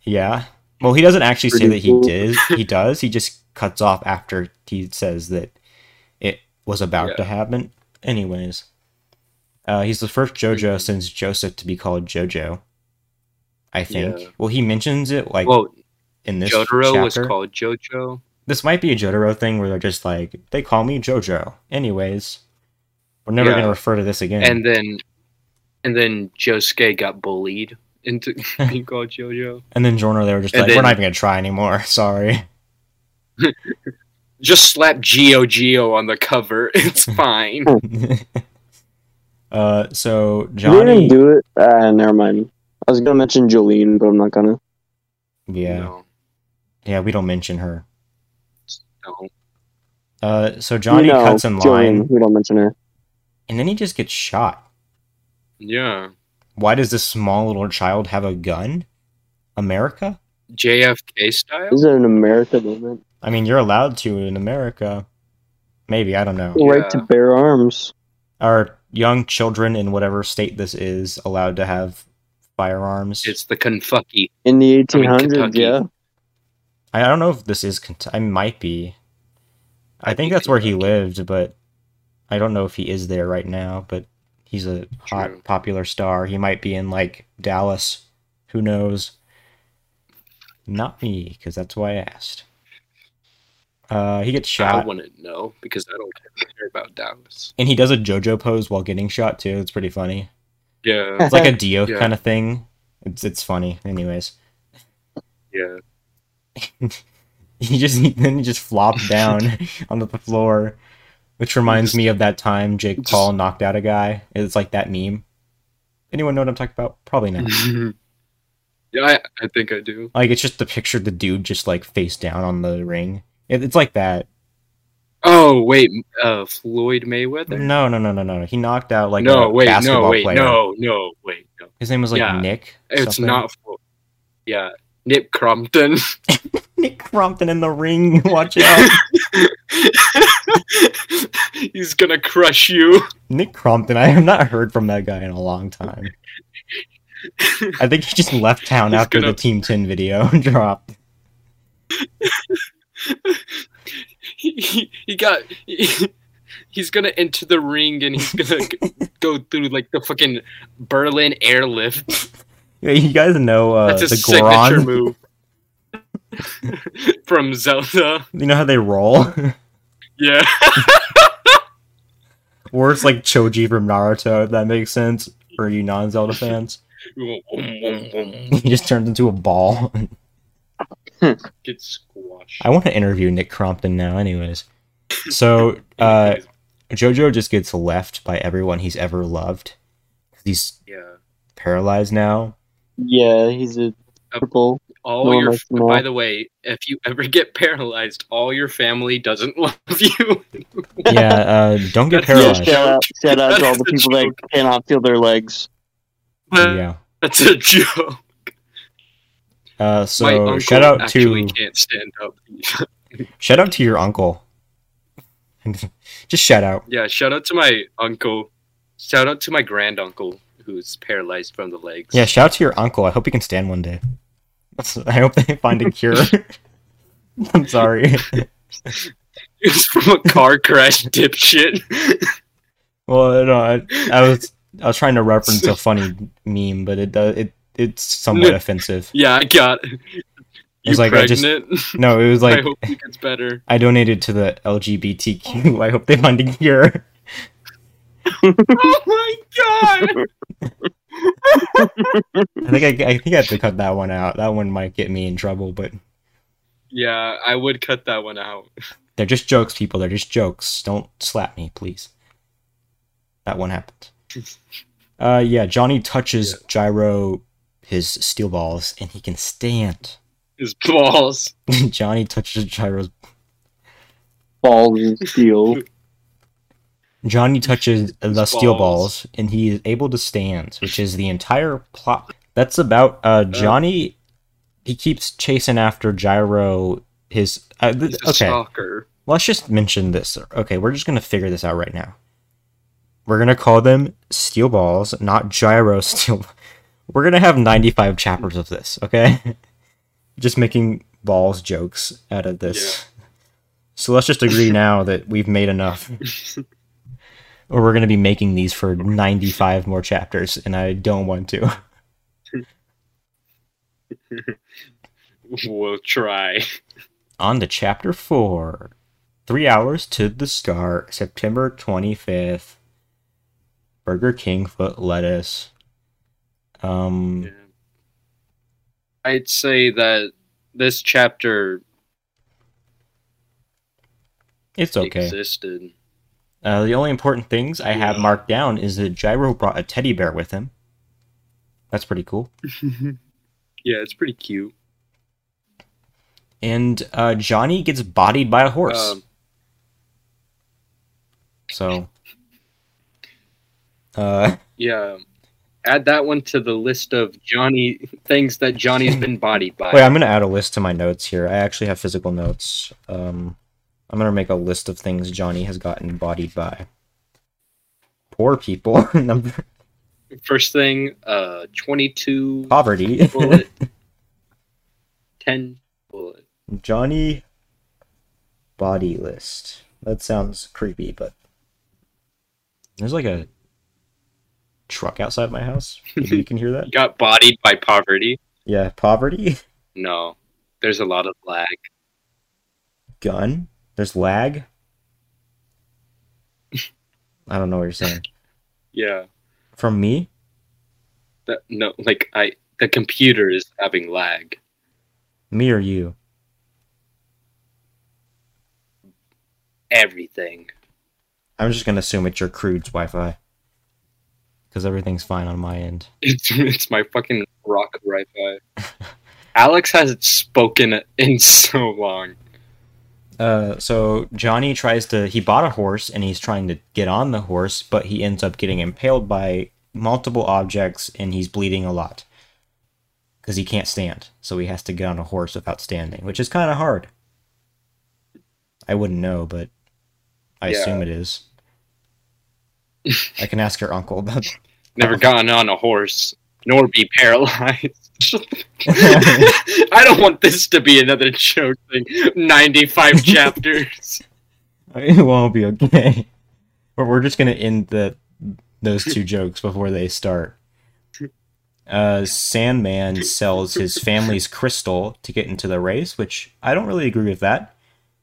[SPEAKER 1] Yeah. Well, he doesn't actually say
[SPEAKER 2] Pretty
[SPEAKER 1] that he
[SPEAKER 2] cool.
[SPEAKER 3] (laughs)
[SPEAKER 1] did. He does. He just cuts off after he says that it was about
[SPEAKER 3] Yeah.
[SPEAKER 1] to happen. Anyways, uh, he's the first JoJo since Joseph to be called JoJo. I think.
[SPEAKER 3] Yeah.
[SPEAKER 1] Well, he mentions it like
[SPEAKER 3] Well,
[SPEAKER 1] in this
[SPEAKER 3] Jotaro
[SPEAKER 1] chapter.
[SPEAKER 3] was called Jojo.
[SPEAKER 1] this might be a Jotaro thing where they're just like, they call me JoJo. Anyways, we're never
[SPEAKER 3] Yeah.
[SPEAKER 1] going to refer to this again.
[SPEAKER 3] And then, and then Josuke got bullied
[SPEAKER 1] (laughs)
[SPEAKER 3] into being called Jojo.
[SPEAKER 1] And then Jorno, they were just
[SPEAKER 3] And
[SPEAKER 1] like,
[SPEAKER 3] then-
[SPEAKER 1] we're not even going to try anymore. (laughs) Sorry.
[SPEAKER 3] Just slap Geo Geo on the cover. (laughs)
[SPEAKER 1] (laughs)
[SPEAKER 3] It's fine.
[SPEAKER 1] uh, so, Johnny.
[SPEAKER 2] Johnny do it. Uh, never mind. I was gonna mention Jolene, but I'm not gonna.
[SPEAKER 1] yeah.
[SPEAKER 3] No,
[SPEAKER 1] Yeah, we don't mention her.
[SPEAKER 3] no.
[SPEAKER 1] Uh, so, Johnny
[SPEAKER 2] no,
[SPEAKER 1] cuts in line,
[SPEAKER 2] Jolene, we don't mention her.
[SPEAKER 1] and then he just gets shot.
[SPEAKER 3] Yeah.
[SPEAKER 1] Why does this small little child have a gun? America?
[SPEAKER 3] JFK style.
[SPEAKER 2] This is an America moment.
[SPEAKER 1] I mean, you're allowed to in America. Maybe, I don't know.
[SPEAKER 2] The right to
[SPEAKER 3] Yeah.
[SPEAKER 2] bear arms.
[SPEAKER 1] Are young children in whatever state this is allowed to have firearms?
[SPEAKER 3] It's the Kentucky.
[SPEAKER 2] In the 1800s,
[SPEAKER 3] Kentucky.
[SPEAKER 2] yeah.
[SPEAKER 1] I I don't know if this is. Kent- I might be. I
[SPEAKER 3] Might
[SPEAKER 1] think
[SPEAKER 3] be
[SPEAKER 1] that's where he
[SPEAKER 3] Kentucky.
[SPEAKER 1] lived, but I don't know if he is there right now. But he's a hot,
[SPEAKER 3] True.
[SPEAKER 1] popular star. He might be in like Dallas. Who knows? Not me, because that's why I asked. Uh, he gets
[SPEAKER 3] I
[SPEAKER 1] shot,
[SPEAKER 3] wouldn't know because I don't care about Dallas.
[SPEAKER 1] and he does a JoJo pose while getting shot too. It's pretty funny.
[SPEAKER 3] Yeah,
[SPEAKER 1] It's like
[SPEAKER 3] (laughs)
[SPEAKER 1] a Dio
[SPEAKER 3] Yeah.
[SPEAKER 1] kind of thing. It's it's funny, anyways.
[SPEAKER 3] yeah.
[SPEAKER 1] (laughs) he just he, then he just
[SPEAKER 3] (laughs)
[SPEAKER 1] flopped down onto the floor, which reminds me of that time Jake
[SPEAKER 3] just-
[SPEAKER 1] Paul knocked out a guy. It's like that meme. Anyone know what I'm talking about? Probably not.
[SPEAKER 3] Mm-hmm. (laughs) yeah, I, I think I do.
[SPEAKER 1] like it's just the picture of the dude just like face down on the ring. It, it's like that.
[SPEAKER 3] Oh wait, uh, Floyd Mayweather.
[SPEAKER 1] No, no, no, no, no. no. He knocked out Mm, like
[SPEAKER 3] no,
[SPEAKER 1] a
[SPEAKER 3] wait,
[SPEAKER 1] basketball
[SPEAKER 3] no, wait,
[SPEAKER 1] player.
[SPEAKER 3] no, no, wait, no.
[SPEAKER 1] His name was like
[SPEAKER 3] Yeah.
[SPEAKER 1] Nick.
[SPEAKER 3] It's
[SPEAKER 1] something.
[SPEAKER 3] not Floyd. Yeah, Nick Crompton. (laughs)
[SPEAKER 1] Nick Crompton in the ring. (laughs) Watch out.
[SPEAKER 3] (laughs) He's gonna crush you. (laughs)
[SPEAKER 1] Nick Crompton. I have not heard from that guy in a long
[SPEAKER 3] (laughs)
[SPEAKER 1] time. I think he just left town
[SPEAKER 3] He's
[SPEAKER 1] after
[SPEAKER 3] gonna-
[SPEAKER 1] the Team 10 video (laughs) dropped.
[SPEAKER 3] He, he, he got. (laughs) he- he's gonna enter the ring and he's
[SPEAKER 1] (laughs)
[SPEAKER 3] gonna g- go through like the fucking Berlin airlift.
[SPEAKER 1] Yeah, you guys know uh,
[SPEAKER 3] (laughs) That's
[SPEAKER 1] the
[SPEAKER 3] his signature
[SPEAKER 1] Goron.
[SPEAKER 3] move (laughs) from Zelda. (laughs)
[SPEAKER 1] You know how they roll, (laughs)
[SPEAKER 3] Yeah, (laughs)
[SPEAKER 1] or it's like Choji from Naruto. If that makes sense for you non-Zelda fans, (laughs) he just turns into a ball. (laughs)
[SPEAKER 3] get squashed.
[SPEAKER 1] I want to interview Nick Crompton now, anyways. So uh, JoJo just gets left by everyone he's ever loved. He's
[SPEAKER 3] yeah,
[SPEAKER 1] paralyzed now.
[SPEAKER 2] Yeah, he's a purple.
[SPEAKER 3] all
[SPEAKER 2] No,
[SPEAKER 3] your
[SPEAKER 2] that's not-
[SPEAKER 3] by the way, if you ever get paralyzed, all your family doesn't (laughs) love you.
[SPEAKER 1] yeah, uh, don't get
[SPEAKER 3] (laughs) That's not
[SPEAKER 1] paralyzed.
[SPEAKER 2] Yeah, shout out, shout out to all the
[SPEAKER 3] That's a
[SPEAKER 2] people that cannot feel their legs.
[SPEAKER 3] But
[SPEAKER 1] Yeah.
[SPEAKER 3] That's a joke.
[SPEAKER 1] Uh,
[SPEAKER 3] My
[SPEAKER 1] so
[SPEAKER 3] uncle
[SPEAKER 1] shout out
[SPEAKER 3] actually
[SPEAKER 1] to
[SPEAKER 3] can't stand up.
[SPEAKER 1] shout out to your uncle. (laughs) Just shout out.
[SPEAKER 3] yeah, shout out to my uncle. Shout out to my granduncle who's paralyzed from the legs. (laughs)
[SPEAKER 1] Yeah, shout out to your uncle. I hope he can stand one day. That's- I hope they find
[SPEAKER 3] (laughs)
[SPEAKER 1] a cure. (laughs) I'm sorry.
[SPEAKER 3] It was from a car crash dipshit. (laughs)
[SPEAKER 1] Well, no, I, I was I was trying to reference a funny meme, but it does it it's
[SPEAKER 3] (laughs)
[SPEAKER 1] somewhat offensive.
[SPEAKER 3] yeah, I got it. You
[SPEAKER 1] It's like I just-
[SPEAKER 3] pregnant? (laughs)
[SPEAKER 1] No, it was
[SPEAKER 3] I
[SPEAKER 1] like
[SPEAKER 3] hope it gets
[SPEAKER 1] (laughs)
[SPEAKER 3] better.
[SPEAKER 1] I donated to the LGBTQ. (laughs) I hope they find a cure.
[SPEAKER 3] oh my
[SPEAKER 1] (laughs)
[SPEAKER 3] god!
[SPEAKER 1] I think I, I think I have to cut that one out. That one might get me in trouble, but
[SPEAKER 3] Yeah, I would cut that one out. (laughs)
[SPEAKER 1] they're just jokes, people. They're just jokes. Don't slap me, please. That one happened. Uh, yeah, Johnny touches Gyro, his steel balls, and he can stand. (laughs)
[SPEAKER 3] His balls.
[SPEAKER 1] Johnny touches Gyro's
[SPEAKER 2] Balls and steel.
[SPEAKER 1] Johnny touches the
[SPEAKER 3] Balls.
[SPEAKER 1] steel balls and he is able to stand, which is the entire plot. That's about uh, Johnny. He keeps chasing after Gyro. His uh, th-
[SPEAKER 3] He's a
[SPEAKER 1] okay.
[SPEAKER 3] stalker.
[SPEAKER 1] Let's just mention this. Okay, we're just gonna figure this out right now. We're gonna call them steel balls, not gyro steel. (laughs) We're gonna have ninety-five chapters of this. Okay, (laughs) just making balls jokes out of this. (laughs) So let's just agree now that we've made enough, or we're gonna be making these for ninety-five more chapters, and I don't want to.
[SPEAKER 3] We'll try.
[SPEAKER 1] On to chapter four. Three hours to the start, September 25th. Burger King foot lettuce. Um,
[SPEAKER 3] I'd say that this chapter
[SPEAKER 1] it's okay.
[SPEAKER 3] existed.
[SPEAKER 1] Uh, the only important things I have
[SPEAKER 3] Yeah.
[SPEAKER 1] marked down is that Gyro brought a teddy bear with him. That's pretty cool.
[SPEAKER 3] yeah, it's pretty cute.
[SPEAKER 1] And uh, Johnny gets bodied by a horse.
[SPEAKER 3] Um, (laughs)
[SPEAKER 1] so, uh,
[SPEAKER 3] yeah. Add that one to the list of Johnny things that Johnny's been bodied by.
[SPEAKER 1] Wait, I'm gonna add a list to my notes here. I actually have physical notes. Um, I'm gonna make a list of things Johnny has gotten bodied by. Poor people, (laughs) number
[SPEAKER 3] First thing, uh, 22
[SPEAKER 1] poverty.
[SPEAKER 3] bullet, 10 bullet.
[SPEAKER 1] (laughs) Johnny body list. That sounds creepy, but there's like a truck outside my house. Maybe you can hear that.
[SPEAKER 3] You got bodied by poverty?
[SPEAKER 1] Yeah, poverty, (laughs)
[SPEAKER 3] No. There's a lot of lag.
[SPEAKER 1] gun. There's lag. I don't know what you're saying.
[SPEAKER 3] Yeah.
[SPEAKER 1] From me,
[SPEAKER 3] That, no, like, I. The computer is having lag.
[SPEAKER 1] me or you?
[SPEAKER 3] Everything. (laughs)
[SPEAKER 1] I'm just gonna assume it's your crude's Wi-Fi, because everything's fine on my end.
[SPEAKER 3] It's, it's my fucking rock right by. Alex hasn't spoken in so long.
[SPEAKER 1] Uh, so Johnny tries to. He bought a horse, and he's trying to get on the horse, but he ends up getting impaled by multiple objects, and he's bleeding a lot because he can't stand. So he has to get on a horse without standing, which is kind of hard. I wouldn't know, but I
[SPEAKER 3] Yeah.
[SPEAKER 1] assume it is. I can ask your uncle about
[SPEAKER 3] Never gotten on a horse, nor be
[SPEAKER 1] (laughs)
[SPEAKER 3] paralyzed. I don't want this to be another joke thing.
[SPEAKER 1] (laughs)
[SPEAKER 3] 95 chapters.
[SPEAKER 1] It won't be okay. But we're just gonna end the those two jokes before they start. Uh, Sandman sells his family's crystal to get into the race, which I don't really agree with that.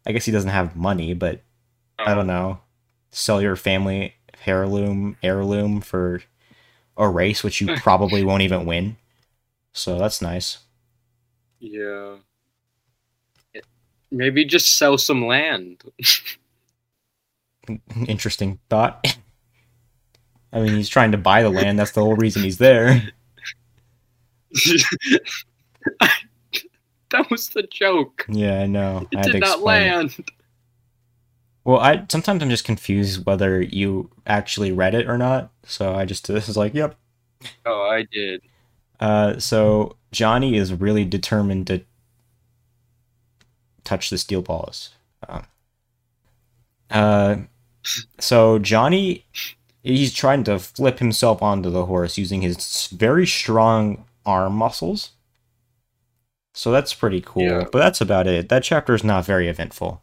[SPEAKER 1] I guess he doesn't have money, but I
[SPEAKER 3] Oh,
[SPEAKER 1] don't know. Sell your family heirloom heirloom for a race which you probably won't even win. So that's nice.
[SPEAKER 3] Yeah. Maybe just sell some land.
[SPEAKER 1] Interesting thought. (laughs) I mean, he's trying to buy the land. That's the whole reason he's there.
[SPEAKER 3] was the joke.
[SPEAKER 1] Yeah, I know.
[SPEAKER 3] It
[SPEAKER 1] I had to
[SPEAKER 3] did not
[SPEAKER 1] explain it.
[SPEAKER 3] land.
[SPEAKER 1] Well, I sometimes I'm just confused whether you actually read it or not. So I just (laughs) this is like, yep.
[SPEAKER 3] Oh, I did.
[SPEAKER 1] Uh, so Johnny is really determined to touch the steel balls. Uh, uh, so Johnny, he's trying to flip himself onto the horse using his very strong arm muscles. So that's pretty cool.
[SPEAKER 3] Yeah.
[SPEAKER 1] But that's about it. That chapter is not very eventful.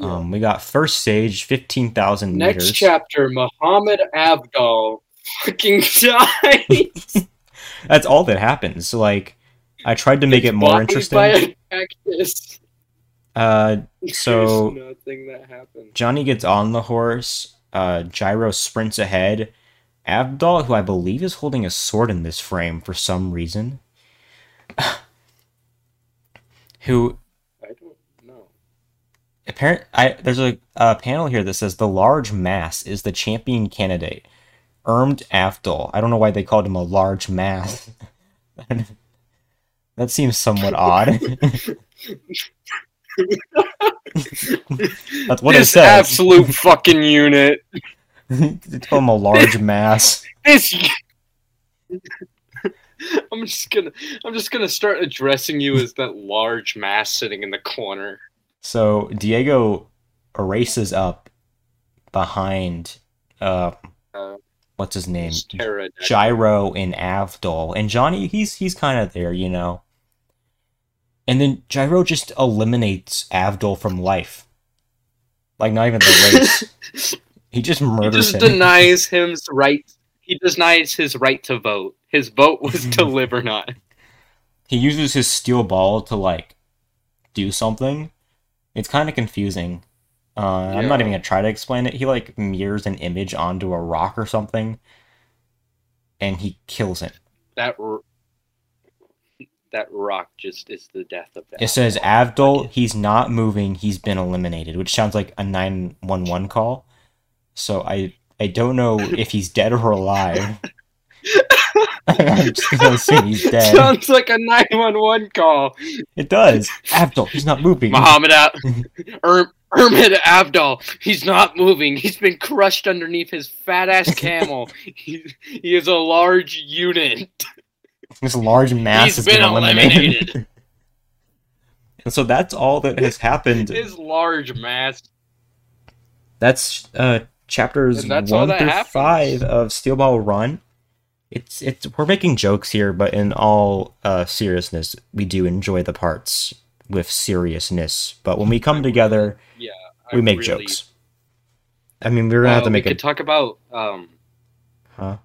[SPEAKER 1] Um, we got first stage, fifteen thousand
[SPEAKER 3] Next
[SPEAKER 1] meters.
[SPEAKER 3] chapter, Muhammad Abdal fucking died.
[SPEAKER 1] That's all that happens. So, like, I tried to (laughs) make it more
[SPEAKER 3] Bodied
[SPEAKER 1] interesting.
[SPEAKER 3] By a cactus.
[SPEAKER 1] Uh, So-
[SPEAKER 3] There's nothing that happened.
[SPEAKER 1] Johnny gets on the horse. Uh, Gyro sprints ahead. Abdal, who I believe is holding a sword in this frame for some reason, (coughs) who
[SPEAKER 3] I don't know.
[SPEAKER 1] apparent I there's a, a panel here that says the large mass is the champion candidate, Ermed Abdal. I don't know why they called him a large mass. (laughs) that seems somewhat odd. (laughs) That's what it
[SPEAKER 3] this
[SPEAKER 1] says. (laughs)
[SPEAKER 3] absolute fucking unit.
[SPEAKER 1] they call him a large mass.
[SPEAKER 3] This. (laughs) I'm just gonna. I'm just gonna start addressing you as that large mass sitting in the corner.
[SPEAKER 1] So Diego races up behind uh
[SPEAKER 3] Uh,
[SPEAKER 1] what's his name?
[SPEAKER 3] this pterodactyl.
[SPEAKER 1] Gyro and Avdol. And Johnny he's he's kinda there, you know. And then Gyro just eliminates Avdol from life. Like not even
[SPEAKER 3] (laughs)
[SPEAKER 1] the race. he just
[SPEAKER 3] He
[SPEAKER 1] murders
[SPEAKER 3] just
[SPEAKER 1] him.
[SPEAKER 3] denies him his right. He denies his right to vote. His
[SPEAKER 1] (laughs)
[SPEAKER 3] vote was to live or not.
[SPEAKER 1] he uses his steel ball to like do something. It's kind of confusing. Uh, I'm not
[SPEAKER 3] Yeah.
[SPEAKER 1] even gonna try to explain it. He like mirrors an image onto a rock or something, and he kills it.
[SPEAKER 3] That r- that rock just is the death of that.
[SPEAKER 1] It says
[SPEAKER 3] rock.
[SPEAKER 1] Avdol. He's not moving. He's been eliminated, which sounds like a nine one one call. So I I don't know
[SPEAKER 3] (laughs)
[SPEAKER 1] if he's dead or alive. I'm just gonna assume he's dead.
[SPEAKER 3] (laughs) Sounds like a 911 call.
[SPEAKER 1] It does. Avdol. He's not moving.
[SPEAKER 3] Muhammad
[SPEAKER 1] (laughs)
[SPEAKER 3] Ab-
[SPEAKER 1] Mhm.
[SPEAKER 3] Er- Ermid Abdal. He's not moving. He's been crushed underneath his
[SPEAKER 1] (laughs)
[SPEAKER 3] fat ass camel. he, he is a large unit.
[SPEAKER 1] This large mass
[SPEAKER 3] He's
[SPEAKER 1] has
[SPEAKER 3] been
[SPEAKER 1] been, eliminated.
[SPEAKER 3] eliminated.
[SPEAKER 1] and (laughs) so that's all that has happened.
[SPEAKER 3] His large mass.
[SPEAKER 1] That's uh, chapters
[SPEAKER 3] And that's all
[SPEAKER 1] one
[SPEAKER 3] that
[SPEAKER 1] through
[SPEAKER 3] happens.
[SPEAKER 1] five of Steel Ball Run. It's it's we're making jokes here, but in all uh, seriousness, we do enjoy the parts with seriousness. But when we come together,
[SPEAKER 3] I
[SPEAKER 1] we make
[SPEAKER 3] really-
[SPEAKER 1] jokes. I mean, we're gonna have
[SPEAKER 3] Uh,
[SPEAKER 1] to
[SPEAKER 3] we
[SPEAKER 1] make
[SPEAKER 3] could
[SPEAKER 1] it.
[SPEAKER 3] talk about um,
[SPEAKER 1] Huh?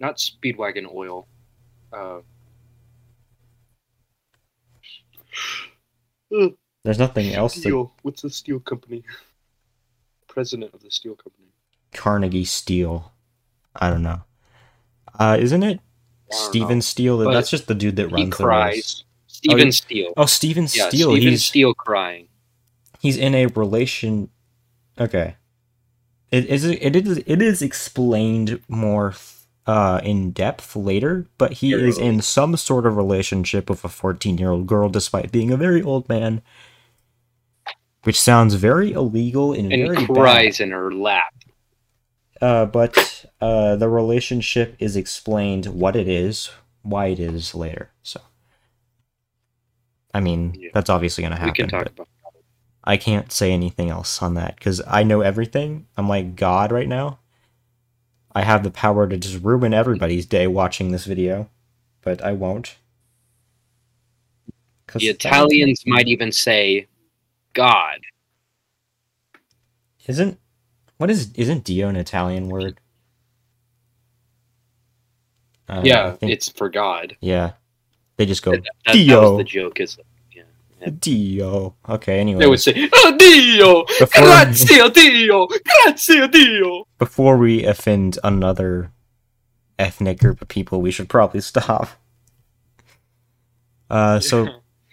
[SPEAKER 3] not Speedwagon Oil. Uh,
[SPEAKER 1] There's nothing else. To
[SPEAKER 3] steel. What's the steel company? President of the steel company.
[SPEAKER 1] Carnegie Steel. I don't know. Uh, isn't it
[SPEAKER 3] I don't
[SPEAKER 1] Steven
[SPEAKER 3] know.
[SPEAKER 1] Steel?
[SPEAKER 3] But
[SPEAKER 1] That's just the dude that runs
[SPEAKER 3] He
[SPEAKER 1] the race.
[SPEAKER 3] cries. Steven
[SPEAKER 1] he-
[SPEAKER 3] Steele.
[SPEAKER 1] Oh, Steven
[SPEAKER 3] Yeah,
[SPEAKER 1] Steele.
[SPEAKER 3] Steven
[SPEAKER 1] he's
[SPEAKER 3] Steele crying.
[SPEAKER 1] he's in a relation. Okay, it is it is it is explained more uh, in depth later, but he
[SPEAKER 3] Yeah.
[SPEAKER 1] is in some sort of relationship with a fourteen-year-old girl, despite being a very old man. Which sounds very illegal and,
[SPEAKER 3] and
[SPEAKER 1] very bad.
[SPEAKER 3] cries in her lap.
[SPEAKER 1] Uh, but uh, the relationship is explained what it is, why it is later. So, I mean,
[SPEAKER 3] Yeah.
[SPEAKER 1] that's obviously going to happen.
[SPEAKER 3] we can talk
[SPEAKER 1] but-
[SPEAKER 3] about.
[SPEAKER 1] I can't say anything else on that because I know everything. I'm like God right now. I have the power to just ruin everybody's day watching this video, but I won't. 'Cause
[SPEAKER 3] The
[SPEAKER 1] that-
[SPEAKER 3] Italians might even say, "God."
[SPEAKER 1] isn't what is isn't Dio an Italian word? Uh, I
[SPEAKER 3] yeah,
[SPEAKER 1] think-
[SPEAKER 3] it's for God.
[SPEAKER 1] yeah. They just go
[SPEAKER 3] That, that- that
[SPEAKER 1] Dio.
[SPEAKER 3] was the joke. Is
[SPEAKER 1] Dio. Okay, anyway.
[SPEAKER 3] they would say, "Oh Dio,
[SPEAKER 1] before,
[SPEAKER 3] grazie Dio, grazie Dio."
[SPEAKER 1] before we offend another ethnic group of people, we should probably stop. Uh,
[SPEAKER 3] (laughs)
[SPEAKER 1] so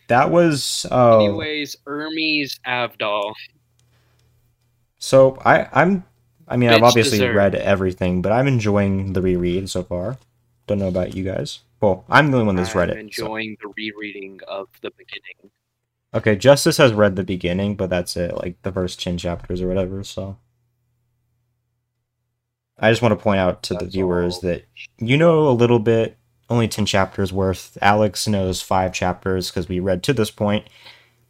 [SPEAKER 1] that was uh,
[SPEAKER 3] anyways, Hermes Avdol.
[SPEAKER 1] so I I'm I mean I've
[SPEAKER 3] Bitch
[SPEAKER 1] obviously
[SPEAKER 3] dessert.
[SPEAKER 1] read everything, but I'm enjoying the reread so far. Don't know about you guys. Cool. I'm the only one that's read
[SPEAKER 3] I'm
[SPEAKER 1] it. so-
[SPEAKER 3] enjoying the rereading of the beginning.
[SPEAKER 1] Okay, Justice has read the beginning, but that's it, like the first 10 chapters or whatever, so. I just want to point out to the
[SPEAKER 3] That's
[SPEAKER 1] viewers
[SPEAKER 3] all.
[SPEAKER 1] that you know a little bit, only 10 chapters worth. Alex knows five chapters because we read to this point,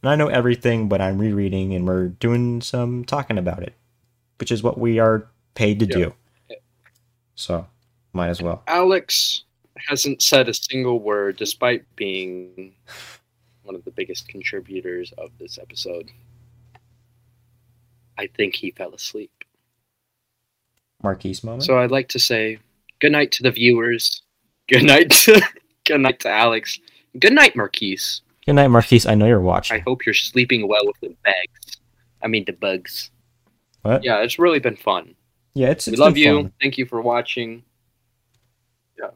[SPEAKER 1] And I know everything, but I'm rereading and we're doing some talking about it, which is what we are paid to
[SPEAKER 3] Yeah.
[SPEAKER 1] do. So, might as well.
[SPEAKER 3] Alex hasn't said a single word despite being one of the biggest contributors of this episode. I think he fell asleep.
[SPEAKER 1] Marquise moment?
[SPEAKER 3] So I'd like to say good night to the viewers. Good night to (laughs) good night to Alex. Good night, Marquise.
[SPEAKER 1] Good night, Marquise. I know you're
[SPEAKER 3] I
[SPEAKER 1] watching.
[SPEAKER 3] hope you're sleeping well with the bags. I mean the bugs.
[SPEAKER 1] What?
[SPEAKER 3] Yeah, it's really been fun.
[SPEAKER 1] Yeah, it's,
[SPEAKER 3] we
[SPEAKER 1] it's
[SPEAKER 3] love
[SPEAKER 1] been
[SPEAKER 3] you.
[SPEAKER 1] fun.
[SPEAKER 3] Thank you for watching. Yeah.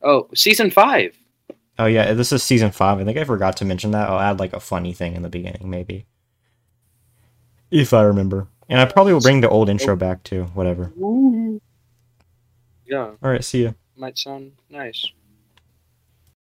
[SPEAKER 3] Oh, season five.
[SPEAKER 1] Oh yeah, this is season five. I think I forgot to mention that. I'll add like a funny thing in the beginning, maybe, if I remember. And I probably will bring the old intro back too. Whatever.
[SPEAKER 3] Yeah,
[SPEAKER 1] All right, see ya.
[SPEAKER 3] might sound nice.